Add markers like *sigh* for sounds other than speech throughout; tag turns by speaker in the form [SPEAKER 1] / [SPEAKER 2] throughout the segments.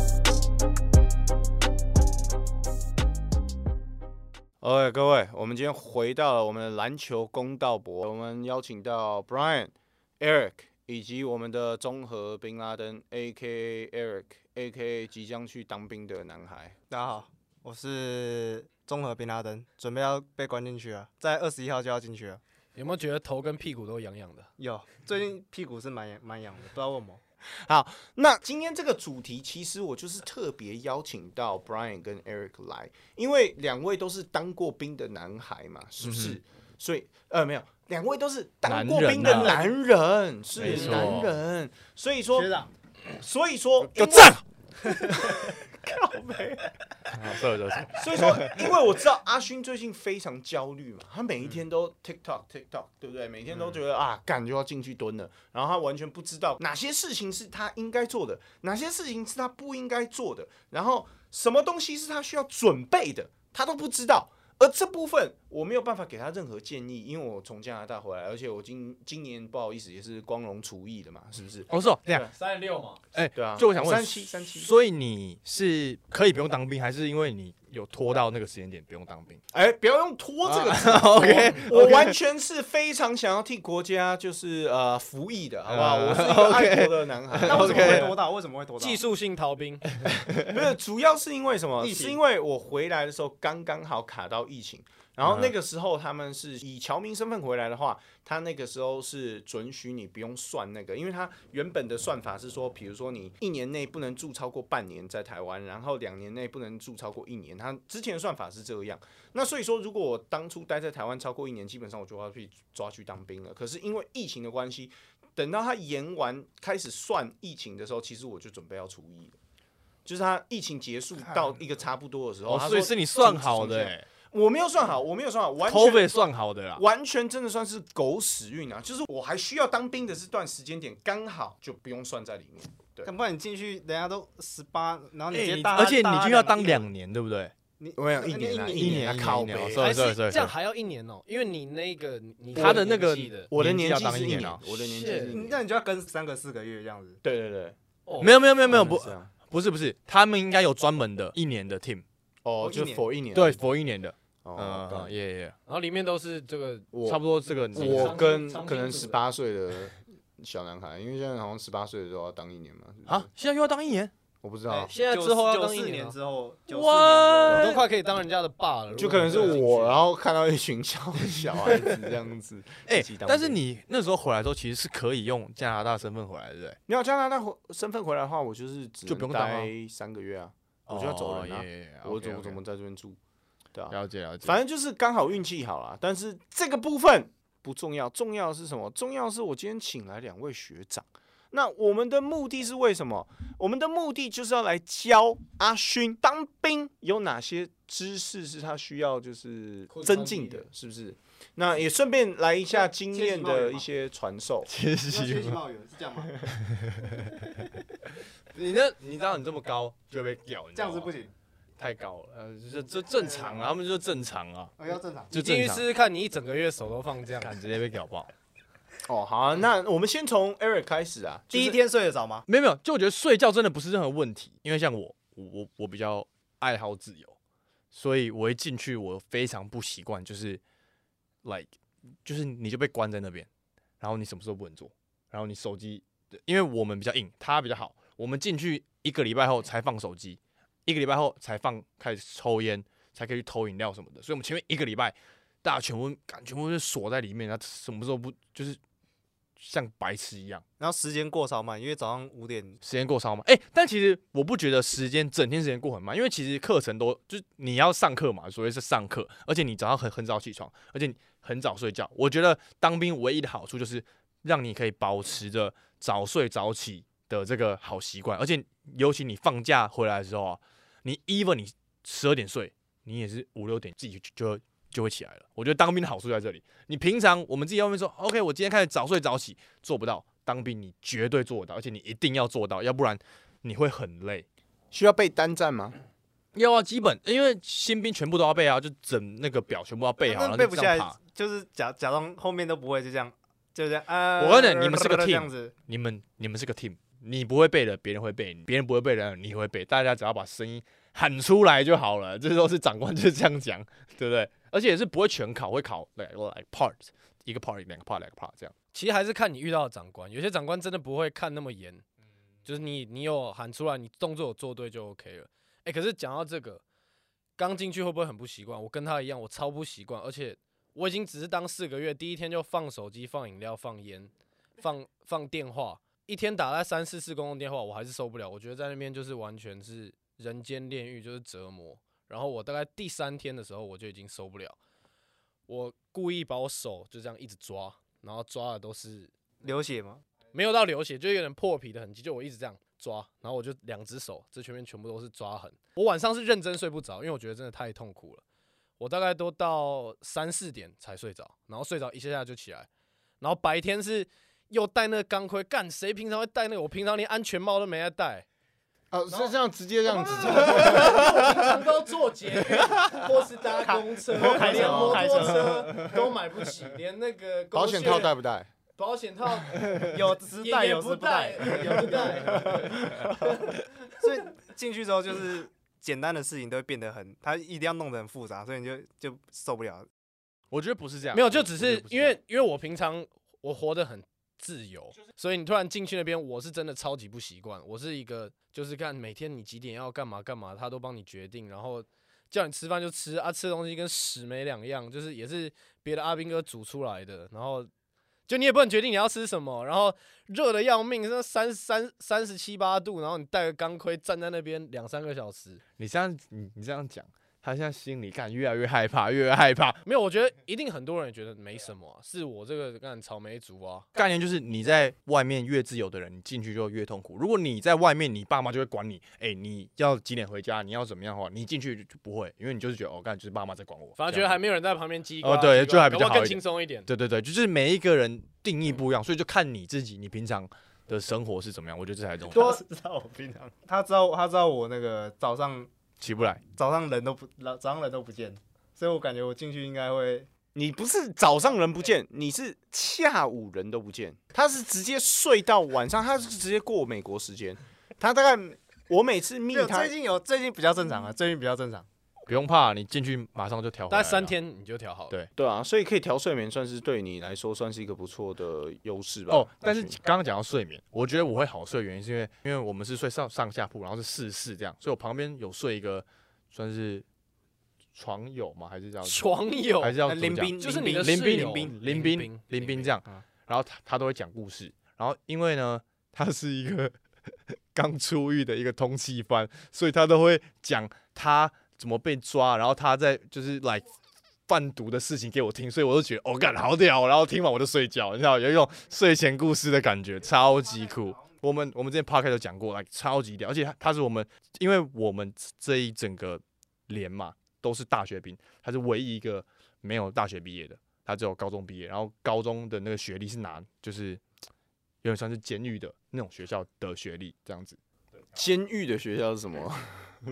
[SPEAKER 1] 的哎各位，我们今天回到了我们的篮球公道博，我们邀请到 Brian、Eric 以及我们的综合宾拉登 （A.K.A. Eric A.K.A. 即将去当兵的男孩
[SPEAKER 2] 大家好，我是综合宾拉登，准备要被关进去了，在二十一号就要进去了。
[SPEAKER 3] 有没有觉得头跟屁股都痒痒的？
[SPEAKER 2] 有，最近屁股是蛮痒蛮痒的，不知道为什么。）。
[SPEAKER 1] 那今天这个主题，其实我就是特别邀请到 Brian 跟 Eric 来，因为两位都是当过兵的男孩嘛，是不是？所以呃，没有，两位都是当过兵的男
[SPEAKER 2] 男
[SPEAKER 1] 人，是
[SPEAKER 3] 没错
[SPEAKER 1] 男人，所以说
[SPEAKER 2] 学，长，
[SPEAKER 1] 所以说，因
[SPEAKER 3] 就
[SPEAKER 1] 为
[SPEAKER 3] 这样。
[SPEAKER 4] 好，所以就是
[SPEAKER 1] 所以说，因为我知道阿勋最近非常焦虑嘛，他每一天
[SPEAKER 4] 嗯
[SPEAKER 1] 都 TikTok TikTok，对不对？每天都觉得啊，干就要进去蹲了，然后他完全不知道哪些事情是他应该做的，哪些事情是他不应该做的，然后什么东西是他需要准备的，他都不知道。而这部分我没有办法给他任何建议，因为我从加拿大回来，而且我今今年不好意思也是光荣厨艺的嘛，是不是？
[SPEAKER 4] 我说这样，
[SPEAKER 3] 三十六嘛，
[SPEAKER 1] 对啊，
[SPEAKER 4] 就我想问
[SPEAKER 1] 三七三七，
[SPEAKER 4] 所以你是可以不用当兵，还是因为你有拖到那个时间点不用当兵？
[SPEAKER 1] 哎，不要用拖这个词。
[SPEAKER 2] 啊 *laughs*
[SPEAKER 4] OK，
[SPEAKER 1] 我完全是非常想要替国家就是呃服役的，好不好？
[SPEAKER 4] 呃
[SPEAKER 1] 我
[SPEAKER 2] *laughs*
[SPEAKER 1] 是一个爱国的男孩。
[SPEAKER 2] 啊那为
[SPEAKER 1] *laughs*
[SPEAKER 2] 什么
[SPEAKER 4] OK
[SPEAKER 2] 会多到？为什么会多到？
[SPEAKER 3] 技术性逃兵，
[SPEAKER 1] 不是，主要是因为什么？
[SPEAKER 2] 疫情
[SPEAKER 1] 是因为我回来的时候刚刚好卡到疫情，然后那
[SPEAKER 4] 嗯
[SPEAKER 1] 个时候他们是以侨民身份回来的话，他那个时候是准许你不用算那个，因为他原本的算法是说，比如说你一年内不能住超过半年在台湾，然后两年内不能住超过一年，他之前的算法是这样。那所以说，如果我当初待在台湾超过一年，基本上我就要去抓去当兵了。可是因为疫情的关系。等到他延完开始算疫情的时候，其实我就准备要除役了。就是他疫情结束到一个差不多的时候，
[SPEAKER 4] 哦，
[SPEAKER 1] 他
[SPEAKER 4] 所以
[SPEAKER 1] 说
[SPEAKER 4] 是你算好的、
[SPEAKER 1] 重新
[SPEAKER 4] 欸
[SPEAKER 1] 我没有算好，我没有算好，完全
[SPEAKER 4] ，COVID 算好的啦。
[SPEAKER 1] 完全真的算是狗屎运啊！就是我还需要当兵的这段时间点，刚好就不用算在里面。
[SPEAKER 2] 干不然你进去，人家都十八，然后你直接
[SPEAKER 3] 哎
[SPEAKER 2] 大他，
[SPEAKER 4] 而且你
[SPEAKER 2] 大他
[SPEAKER 4] 就要
[SPEAKER 2] 个
[SPEAKER 4] 当
[SPEAKER 2] 月，
[SPEAKER 4] 两年，对不对？
[SPEAKER 2] 你
[SPEAKER 1] 我想
[SPEAKER 2] 你
[SPEAKER 1] 一年啊，
[SPEAKER 2] 你
[SPEAKER 4] 一年
[SPEAKER 1] 啊，
[SPEAKER 4] 一年
[SPEAKER 1] 靠
[SPEAKER 4] 一年
[SPEAKER 1] 北
[SPEAKER 4] 哦对
[SPEAKER 3] 还
[SPEAKER 4] 对
[SPEAKER 3] 是
[SPEAKER 4] 对
[SPEAKER 3] 这样还要一年哦，因为你那个你
[SPEAKER 4] 他的那个
[SPEAKER 3] 年纪的
[SPEAKER 1] 我的年
[SPEAKER 4] 年纪
[SPEAKER 1] 纪
[SPEAKER 4] 要当
[SPEAKER 1] 是一
[SPEAKER 4] 一年
[SPEAKER 1] 年啊
[SPEAKER 4] 哦，
[SPEAKER 1] 我的年纪
[SPEAKER 3] Shit
[SPEAKER 1] 是一
[SPEAKER 2] 你
[SPEAKER 1] 年。
[SPEAKER 2] 那你就要跟三个四个月这样子。
[SPEAKER 1] 对对对，
[SPEAKER 3] 哦
[SPEAKER 4] 没有没有没有没有不
[SPEAKER 1] 是这样
[SPEAKER 4] 不是不是，他们应该有专门的一年的 team，
[SPEAKER 1] 哦，
[SPEAKER 2] 一
[SPEAKER 1] 就
[SPEAKER 2] 年
[SPEAKER 1] 否一年
[SPEAKER 4] 对，佛一年的，
[SPEAKER 1] 哦
[SPEAKER 4] 嗯，
[SPEAKER 1] 干
[SPEAKER 4] 耶耶，
[SPEAKER 3] 然后里面都是这个
[SPEAKER 4] 差
[SPEAKER 1] 我
[SPEAKER 4] 不多这个年纪。
[SPEAKER 1] 我跟
[SPEAKER 3] 长期
[SPEAKER 1] 可能
[SPEAKER 3] 组
[SPEAKER 1] 十
[SPEAKER 3] 的
[SPEAKER 1] 八岁的小男孩，因为现在好像十八岁的时候要当一年嘛，是不是
[SPEAKER 4] 啊，现在又要当一年，
[SPEAKER 1] 我不知道，
[SPEAKER 3] 现在之后要
[SPEAKER 2] 九
[SPEAKER 3] 当
[SPEAKER 2] 四
[SPEAKER 3] 一
[SPEAKER 2] 年
[SPEAKER 3] 了
[SPEAKER 2] 之后，九四年之
[SPEAKER 3] 我
[SPEAKER 2] 后
[SPEAKER 3] 都快可以当人家的爸了，
[SPEAKER 1] 就可能是
[SPEAKER 3] 如果
[SPEAKER 1] 我，然后看到一群小 *laughs* 小孩子这样子。
[SPEAKER 4] 哎
[SPEAKER 1] 一起，当
[SPEAKER 4] 但是
[SPEAKER 1] 兵
[SPEAKER 4] 你那时候回来的时候，其实是可以用加拿大身份回来的，对不对？
[SPEAKER 1] 你要加拿大回身份回来的话，我就是只
[SPEAKER 4] 就不
[SPEAKER 1] 能
[SPEAKER 4] 用当啊
[SPEAKER 1] 待三个月啊，我就要走人啊
[SPEAKER 4] 哦耶耶耶
[SPEAKER 1] 我怎么
[SPEAKER 4] OK，OK
[SPEAKER 1] 怎么在这边住？对啊，
[SPEAKER 4] 了解了解？
[SPEAKER 1] 反正就是刚好运气好啦。但是这个部分不重要，重要的是什么？重要的是我今天请来两位学长。那我们的目的是为什么？我们的目的就是要来教阿勋当兵有哪些知识是他需要就是
[SPEAKER 3] 扩张
[SPEAKER 1] 增进
[SPEAKER 3] 的
[SPEAKER 1] 的，是不是？那也顺便来一下经
[SPEAKER 2] 切
[SPEAKER 1] 验
[SPEAKER 2] 鸡毛也
[SPEAKER 1] 的
[SPEAKER 2] 好
[SPEAKER 1] 一些传授。
[SPEAKER 4] 其
[SPEAKER 2] 要学
[SPEAKER 4] 实
[SPEAKER 2] 习冒雨是这样吗？ *laughs*
[SPEAKER 4] 你那你知道你这么高就会被屌，你知
[SPEAKER 2] 这
[SPEAKER 4] 道
[SPEAKER 2] 样
[SPEAKER 4] 吗
[SPEAKER 2] 子不，行，
[SPEAKER 4] 太高了，呃，就就正常啊，他们就正常啊，
[SPEAKER 2] 哦我要正常。
[SPEAKER 4] 就
[SPEAKER 3] 进
[SPEAKER 4] 正
[SPEAKER 3] 去
[SPEAKER 4] 常
[SPEAKER 3] 试，试看，你一整个月手都放这样，
[SPEAKER 4] 敢直接被屌爆。
[SPEAKER 1] 哦，好、啊，那我们先从 Eric 开始啊。
[SPEAKER 2] 第一
[SPEAKER 1] 天。
[SPEAKER 2] 天睡得着吗？
[SPEAKER 4] 没有没有，就我觉得睡觉真的不是任何问题，因为像我，我我我比较爱好自由，所以我一进去我非常不习惯，就是 like 就是你就被关在那边，然后你什么事都不能做，然后你手机，因为我们比较硬，他比较好，我们进去一个礼拜后才放手机，一个礼拜后才放开始抽烟，才可以去偷饮料什么的，所以我们前面一个礼拜大家全部感全部就锁在里面，然后什么时候不就是像白痴一样。
[SPEAKER 2] 然后时间过超慢，因为早上五点
[SPEAKER 4] 时间过超慢。哎、但其实我不觉得时间整天时间过很慢，因为其实课程都就是你要上课嘛，所谓是上课，而且你早上很很早起床，而且你很早睡觉。我觉得当兵唯一的好处就是让你可以保持着早睡早起的这个好习惯，而且尤其你放假回来的时候啊，你 even 你十二点睡，你也是五六点自己就就就会起来了。我觉得当兵的好处在这里，你平常我们自己在外面说，OK，我今天开始早睡早起，做不到。当兵你绝对做得到，而且你一定要做到，要不然你会很累。
[SPEAKER 1] 需要被单站吗？
[SPEAKER 4] 要啊，基本因为新兵全部都要背啊，就整啊那个表全部要背好，然
[SPEAKER 2] 那
[SPEAKER 4] 后
[SPEAKER 2] 背
[SPEAKER 4] 就
[SPEAKER 2] 不
[SPEAKER 4] 这
[SPEAKER 2] 下
[SPEAKER 4] 样
[SPEAKER 2] 来
[SPEAKER 4] 爬。，
[SPEAKER 2] 就是假假装后面都不会，就这样，就这样。啊
[SPEAKER 4] 我告诉你你们是个 team
[SPEAKER 2] 这样子，
[SPEAKER 4] 你们你们是个 team，你不会背的，别人会背；别人不会背的，你会背。大家只要把声音喊出来就好了，这都是长官就是这样讲，对不对？而且也是不会全考，会考 like like part 一个 part 两个 part 两个 part 这样。
[SPEAKER 3] 其实还是看你遇到的长官，有些长官真的不会看那么严，就是你你有喊出来，你动作有做对就 OK 了。哎、可是讲到这个，刚进去会不会很不习惯？我跟他一样，我超不习惯，而且我已经只是当四个月，第一天就放手机、放饮料、放烟、放放电话，一天打了三四次公共电话，我还是受不了。我觉得在那边就是完全是人间炼狱，就是折磨。然后我大概第三天的时候，我就已经受不了，我故意把我手就这样一直抓，然后抓的都是
[SPEAKER 2] 流血 *laughs* 嘛，
[SPEAKER 3] 没有到流血，就有点破皮的痕迹，就我一直这样抓，然后我就两只手这全面全部都是抓痕。我晚上是认真睡不着，因为我觉得真的太痛苦了。我大概都到三四点才睡着，然后睡着一下下就起来，然后白天是又戴那个钢盔，干谁平常会戴那个？我平常连安全帽都没在 *laughs* 戴，
[SPEAKER 5] 哦，是这样直接这样子，
[SPEAKER 3] 平常都坐捷运或是搭公车，
[SPEAKER 1] 开车
[SPEAKER 3] 连摩
[SPEAKER 1] 开
[SPEAKER 3] 托车都买不起，连那个
[SPEAKER 5] 保险套带不带？
[SPEAKER 3] 保险套
[SPEAKER 2] 有时
[SPEAKER 3] 也
[SPEAKER 2] 带
[SPEAKER 3] 也
[SPEAKER 2] 有
[SPEAKER 3] 不
[SPEAKER 2] 时
[SPEAKER 3] 戴，
[SPEAKER 2] 带，
[SPEAKER 3] 也不戴。
[SPEAKER 2] 所以进去之后就是简单的事情都会变得很，他一定要弄得很复杂，所以你就就受不了。
[SPEAKER 4] 我觉得不是这样，
[SPEAKER 3] 没有，
[SPEAKER 4] 我
[SPEAKER 3] 就
[SPEAKER 4] 觉得
[SPEAKER 3] 只是
[SPEAKER 4] 不
[SPEAKER 3] 因
[SPEAKER 4] 这样
[SPEAKER 3] 为因为我平常我活得很自由，所以你突然进去那边，我是真的超级不习惯。我是一个就是看每天你几点要干嘛干嘛，他都帮你决定，然后叫你吃饭就吃啊，吃的东西跟屎没两样，就是也是别的阿兵哥煮出来的，然后。就你也不能决定你要吃什么，然后热的要命，那三三三十七八度，然后你戴个钢盔站在那边两三个小时，
[SPEAKER 4] 你这样你你这样讲，他现在心里感越来越害怕，越来越害怕。
[SPEAKER 3] 没有，我觉得一定很多人也觉得没什么啊、是我这个干草莓族啊，
[SPEAKER 4] 概念就是你在外面越自由的人，你进去就越痛苦。如果你在外面，你爸妈就会管你，哎、你要几点回家，你要怎么样的话，你进去就不会，因为你就是觉得哦，干就是爸妈在管我。
[SPEAKER 3] 反而
[SPEAKER 4] 这
[SPEAKER 3] 觉
[SPEAKER 4] 样
[SPEAKER 3] 得还
[SPEAKER 4] 子
[SPEAKER 3] 没有人在旁边叽呱
[SPEAKER 4] 哦对
[SPEAKER 3] 叽呱
[SPEAKER 4] 就还比
[SPEAKER 3] 搞不
[SPEAKER 4] 较
[SPEAKER 3] 好
[SPEAKER 4] 好
[SPEAKER 3] 更
[SPEAKER 4] 一
[SPEAKER 3] 轻
[SPEAKER 4] 点
[SPEAKER 3] 松一点。
[SPEAKER 4] 对对对，就是每一个人定义不一样，所以就看你自己，你平常的生活是怎么样。我觉得这才是重
[SPEAKER 2] 多
[SPEAKER 3] 啊
[SPEAKER 4] 要。
[SPEAKER 2] 知道我平常，他知道他知道我那个早上
[SPEAKER 4] 起不来，
[SPEAKER 2] 早上人都不早上人都不见，所以我感觉我进去应该会
[SPEAKER 1] 你不是早上人不见，你是下午人都不见。他是直接睡到晚上，他是直接过美国时间。他大概我每次密
[SPEAKER 2] 没有
[SPEAKER 1] 他
[SPEAKER 2] 最，近有最近比较正常啊，最近比较正常。
[SPEAKER 4] 不用怕，你进去马上就调回来
[SPEAKER 3] 大
[SPEAKER 4] 了。
[SPEAKER 3] 概三天你就调好了。
[SPEAKER 4] 对
[SPEAKER 1] 对啊，所以可以调睡眠，算是对你来说算是一个不错的优势吧。
[SPEAKER 4] 哦，但是
[SPEAKER 1] 或许
[SPEAKER 4] 刚刚讲到睡眠，我觉得我会好睡，原因是因为因为我们是睡上上下铺，然后是四四这样，所以我旁边有睡一个算是床友吗？还是叫
[SPEAKER 3] *laughs* 床友
[SPEAKER 4] 还是要
[SPEAKER 2] 呃林
[SPEAKER 4] 斌
[SPEAKER 2] 斌
[SPEAKER 3] 就是你的
[SPEAKER 4] 林
[SPEAKER 3] 室
[SPEAKER 4] 斌
[SPEAKER 3] 友
[SPEAKER 4] 林斌林斌林斌这样
[SPEAKER 2] 嗯，
[SPEAKER 4] 然后他他都会讲故事，然后因为呢，他是一个 *laughs* 刚出狱的一个通缉犯，所以他都会讲他怎么被抓，然后他在就是来。贩毒的事情给我听，所以我就觉得哦，干好屌哦，然后听完我就睡觉，你知道有一种睡前故事的感觉，超级酷。我们我们之前 p o d c a s 有讲过，like, 超级屌，而且他他是我们，因为我们这一整个连嘛都是大学兵，他是唯一一个没有大学毕业的，他只有高中毕业，然后高中的那个学历是拿就是有点像是监狱的那种学校的学历这样子。
[SPEAKER 1] 监狱的学校是什么？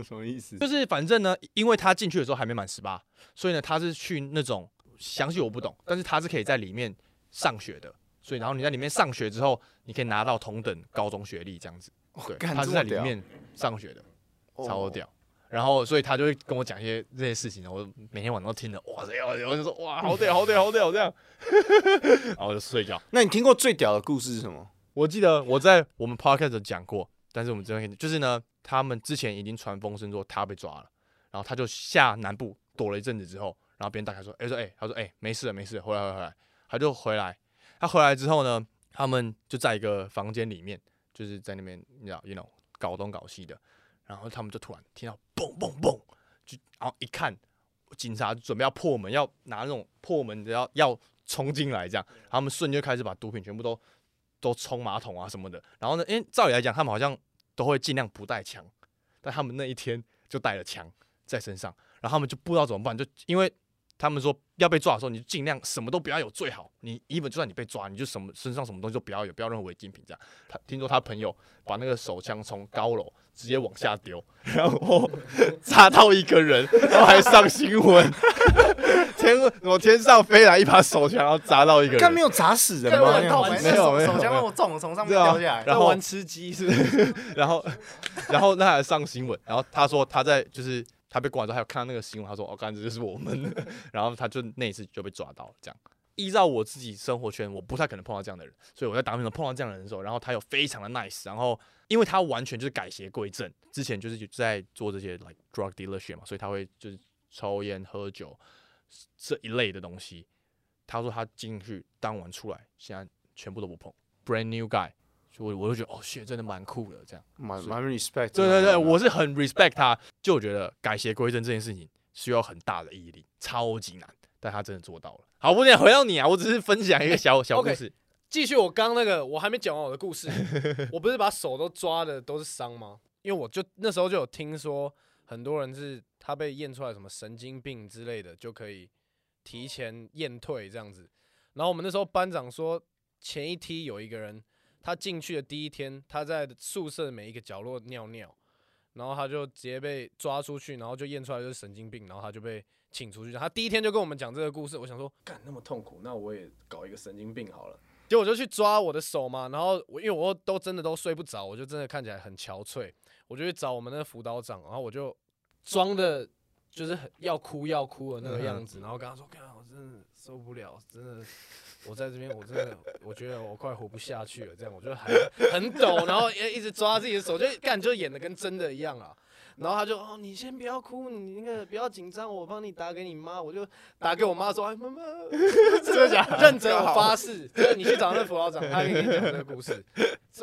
[SPEAKER 1] 什么意思？
[SPEAKER 4] 就是反正呢，因为他进去的时候还没满十八，所以呢他是去那种详细我不懂，但是他是可以在里面上学的。所以然后你在里面上学之后，你可以拿到同等高中学历这样子。对，
[SPEAKER 1] 哦干
[SPEAKER 4] 他
[SPEAKER 1] 这么
[SPEAKER 4] 是在里
[SPEAKER 1] 屌
[SPEAKER 4] 面上学的，超
[SPEAKER 1] 哦
[SPEAKER 4] 屌。然后，所以他就会跟我讲一些这些事情，然后我每天晚上都听着，哇塞，我就说哇，好屌，好屌，好屌，这样， *laughs* 然后我就睡觉。
[SPEAKER 1] 那你听过最屌的故事是什么？
[SPEAKER 4] 我记得我在我们 podcast 有讲过，但是我们这边就是呢，他们之前已经传风声说他被抓了，然后他就下南部躲了一阵子之后，然后别人打开说，哎、说哎、他说哎、没事了没事了，回来回来回来，他就回来，他回来之后呢，他们就在一个房间里面，就是在那边你知道 you know 搞东搞西的，然后他们就突然听到嘣嘣嘣，就然后一看，警察准备要破门，要拿那种破门的要要冲进来这样，然后他们瞬间就开始把毒品全部都都冲马桶啊什么的。然后呢，因为照理来讲，他们好像都会尽量不带枪，但他们那一天就带了枪在身上，然后他们就不知道怎么办，就因为他们说要被抓的时候，你就尽量什么都不要有最好，你一本就算你被抓，你就什么身上什么东西都不要有，不要任何违禁品这样。他听说他朋友把那个手枪从高楼直接往下丢，然后砸到一个人，然后还上新闻。 *laughs* 天，我天上飞来一把手枪，然后砸到一个人。
[SPEAKER 1] 干没有砸死人吗？
[SPEAKER 2] 干
[SPEAKER 1] 那样
[SPEAKER 2] 我很
[SPEAKER 1] 子
[SPEAKER 2] 倒霉
[SPEAKER 4] 没有没有
[SPEAKER 2] 手手枪
[SPEAKER 4] 没有
[SPEAKER 2] 我中，从上面
[SPEAKER 4] 对啊
[SPEAKER 2] 掉下来。
[SPEAKER 4] 然后 *laughs*
[SPEAKER 3] 玩吃鸡是不是？
[SPEAKER 4] 然后，然后那还上新闻，然后他说他在就是他被挂之后，还有看到那个新闻，他说：“哦，干这就是我们。” *laughs* 然后他就那一次就被抓到了。这样，依照我自己生活圈，我不太可能碰到这样的人，所以我在当兵的时候碰到这样的人的时候，然后他又非常的 nice，然后因为他完全就是改邪归正，之前就是在做这些 like drug dealership 嘛，所以他会就是抽烟、喝酒这一类的东西。他说他进去当晚出来，现在全部都不碰，brand new guy，所以我我就觉得哦，shit，真的蛮酷的这样。
[SPEAKER 1] 蛮
[SPEAKER 4] 是
[SPEAKER 1] 蛮 respect 的。啊
[SPEAKER 4] 对对对，我是很 respect 他，就我觉得改邪归正这件事情需要很大的毅力，超级难，但他真的做到了。好，我想回到你啊，我只是分享一个小小故
[SPEAKER 3] OK
[SPEAKER 4] 事。
[SPEAKER 3] 继续我刚那个，我还没讲完我的故事。 *laughs* 我不是把手都抓的都是伤吗？因为我就那时候就有听说，很多人是他被验出来什么神经病之类的，就可以提前验退这样子。然后我们那时候班长说，前一梯有一个人，他进去的第一天，他在宿舍每一个角落尿尿，然后他就直接被抓出去，然后就验出来就是神经病，然后他就被请出去。他第一天就跟我们讲这个故事，我想说，干那么痛苦，那我也搞一个神经病好了。结果我就去抓我的手嘛，然后我因为我都真的都睡不着，我就真的看起来很憔悴，我就去找我们那个辅导长，然后我就装的就是很要哭要哭的那个样
[SPEAKER 4] 嗯
[SPEAKER 3] 子，然后跟他说：“看，我真的受不了，真的，我在这边我真的我觉得我快活不下去了。”这样我就还很抖，然后也一直抓自己的手，就干就演的跟真的一样啊。然后他就哦，你先不要哭，你那个不要紧张，我帮你打给你妈。我就打给我妈说，哎，
[SPEAKER 4] *laughs*
[SPEAKER 3] 妈妈，真的假 *laughs* 认真，我发誓，就是你去找那辅导长，他可以跟你讲这个
[SPEAKER 4] *laughs*
[SPEAKER 3] 故事。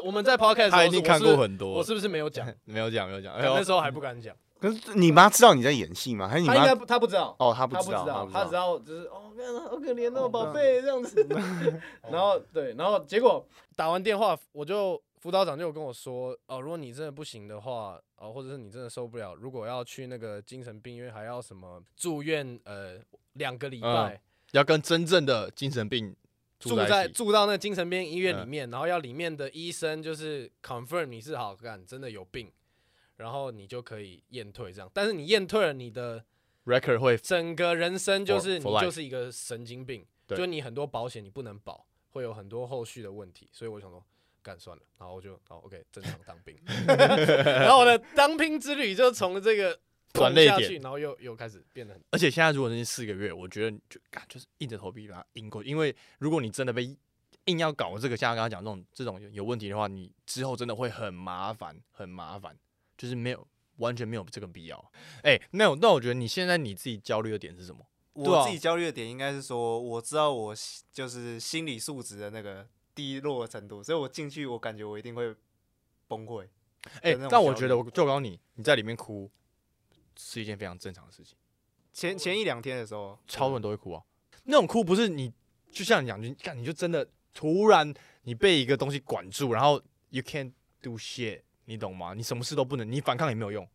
[SPEAKER 3] 我们在 podcast 的时候
[SPEAKER 4] 他一定看过，很
[SPEAKER 3] 我
[SPEAKER 4] 多，
[SPEAKER 3] 是不是我是不是没有讲？
[SPEAKER 4] 没有讲没有讲。哎
[SPEAKER 3] 那
[SPEAKER 4] 呦，
[SPEAKER 3] 时候还不敢讲，
[SPEAKER 1] 可是你妈知道你在演戏吗？还是你
[SPEAKER 3] 他应
[SPEAKER 1] 妈
[SPEAKER 3] 该？不他不知道。
[SPEAKER 1] 哦，她不
[SPEAKER 3] 他不
[SPEAKER 1] 知
[SPEAKER 3] 知
[SPEAKER 1] 道，
[SPEAKER 3] 道，
[SPEAKER 1] 她
[SPEAKER 3] 他
[SPEAKER 1] 不
[SPEAKER 3] 只
[SPEAKER 1] 知道。
[SPEAKER 3] 要就是哦，看他好可怜哦，宝贝这样子。 *laughs* 然后对，然后结果打完电话，我就辅导长就有跟我说，哦，如果你真的不行的话，哦，或者是你真的受不了，如果要去那个精神病院，还要什么住院，呃，两个礼拜，
[SPEAKER 4] 要跟真正的精神病
[SPEAKER 3] 住
[SPEAKER 4] 住在
[SPEAKER 3] 在
[SPEAKER 4] 一起。
[SPEAKER 3] 住到那个精神病医院里
[SPEAKER 4] 嗯
[SPEAKER 3] 面，然后要里面的医生就是 confirm 你是好干，真的有病，然后你就可以验退这样。但是你验退了，你的
[SPEAKER 4] record 会
[SPEAKER 3] 整个人生就
[SPEAKER 4] For-
[SPEAKER 3] 是
[SPEAKER 4] for
[SPEAKER 3] 你
[SPEAKER 4] life
[SPEAKER 3] 就是一个神经病，
[SPEAKER 4] 对
[SPEAKER 3] 就你很多保险你不能保，会有很多后续的问题，所以我想说。干算了，然后我就好 OK 正常当兵， *laughs* 然后我的当兵之旅就从这个
[SPEAKER 4] 转
[SPEAKER 3] 捅
[SPEAKER 4] 泪
[SPEAKER 3] 下
[SPEAKER 4] 点
[SPEAKER 3] 去，然后又又开始变得很 *laughs*
[SPEAKER 4] 而且现在如果那是四个月，我觉得就干就是硬着头皮把它硬过去，因为如果你真的被硬要搞这个，像刚刚讲这种这种有有问题的话，你之后真的会很麻烦，很麻烦，就是没有完全没有这个必要。哎、没有，那我觉得你现在你自己焦虑的点是什么？对啊
[SPEAKER 2] 我自己焦虑的点应该是说，我知道我心就是心理素质的那个低落的程度，所以我进去我感觉我一定会崩溃。
[SPEAKER 4] 哎、
[SPEAKER 2] 那种
[SPEAKER 4] 但我
[SPEAKER 2] 焦
[SPEAKER 4] 觉得
[SPEAKER 2] 虑
[SPEAKER 4] 我就告诉你，你在里面哭是一件非常正常的事情，
[SPEAKER 2] 前前一两天的时候，
[SPEAKER 4] 超多人都会哭啊。那种哭不是你，就像你讲，你看你就真的突然你被一个东西管住，然后 you can't do shit，你懂吗？你什么事都不能，你反抗也没有用，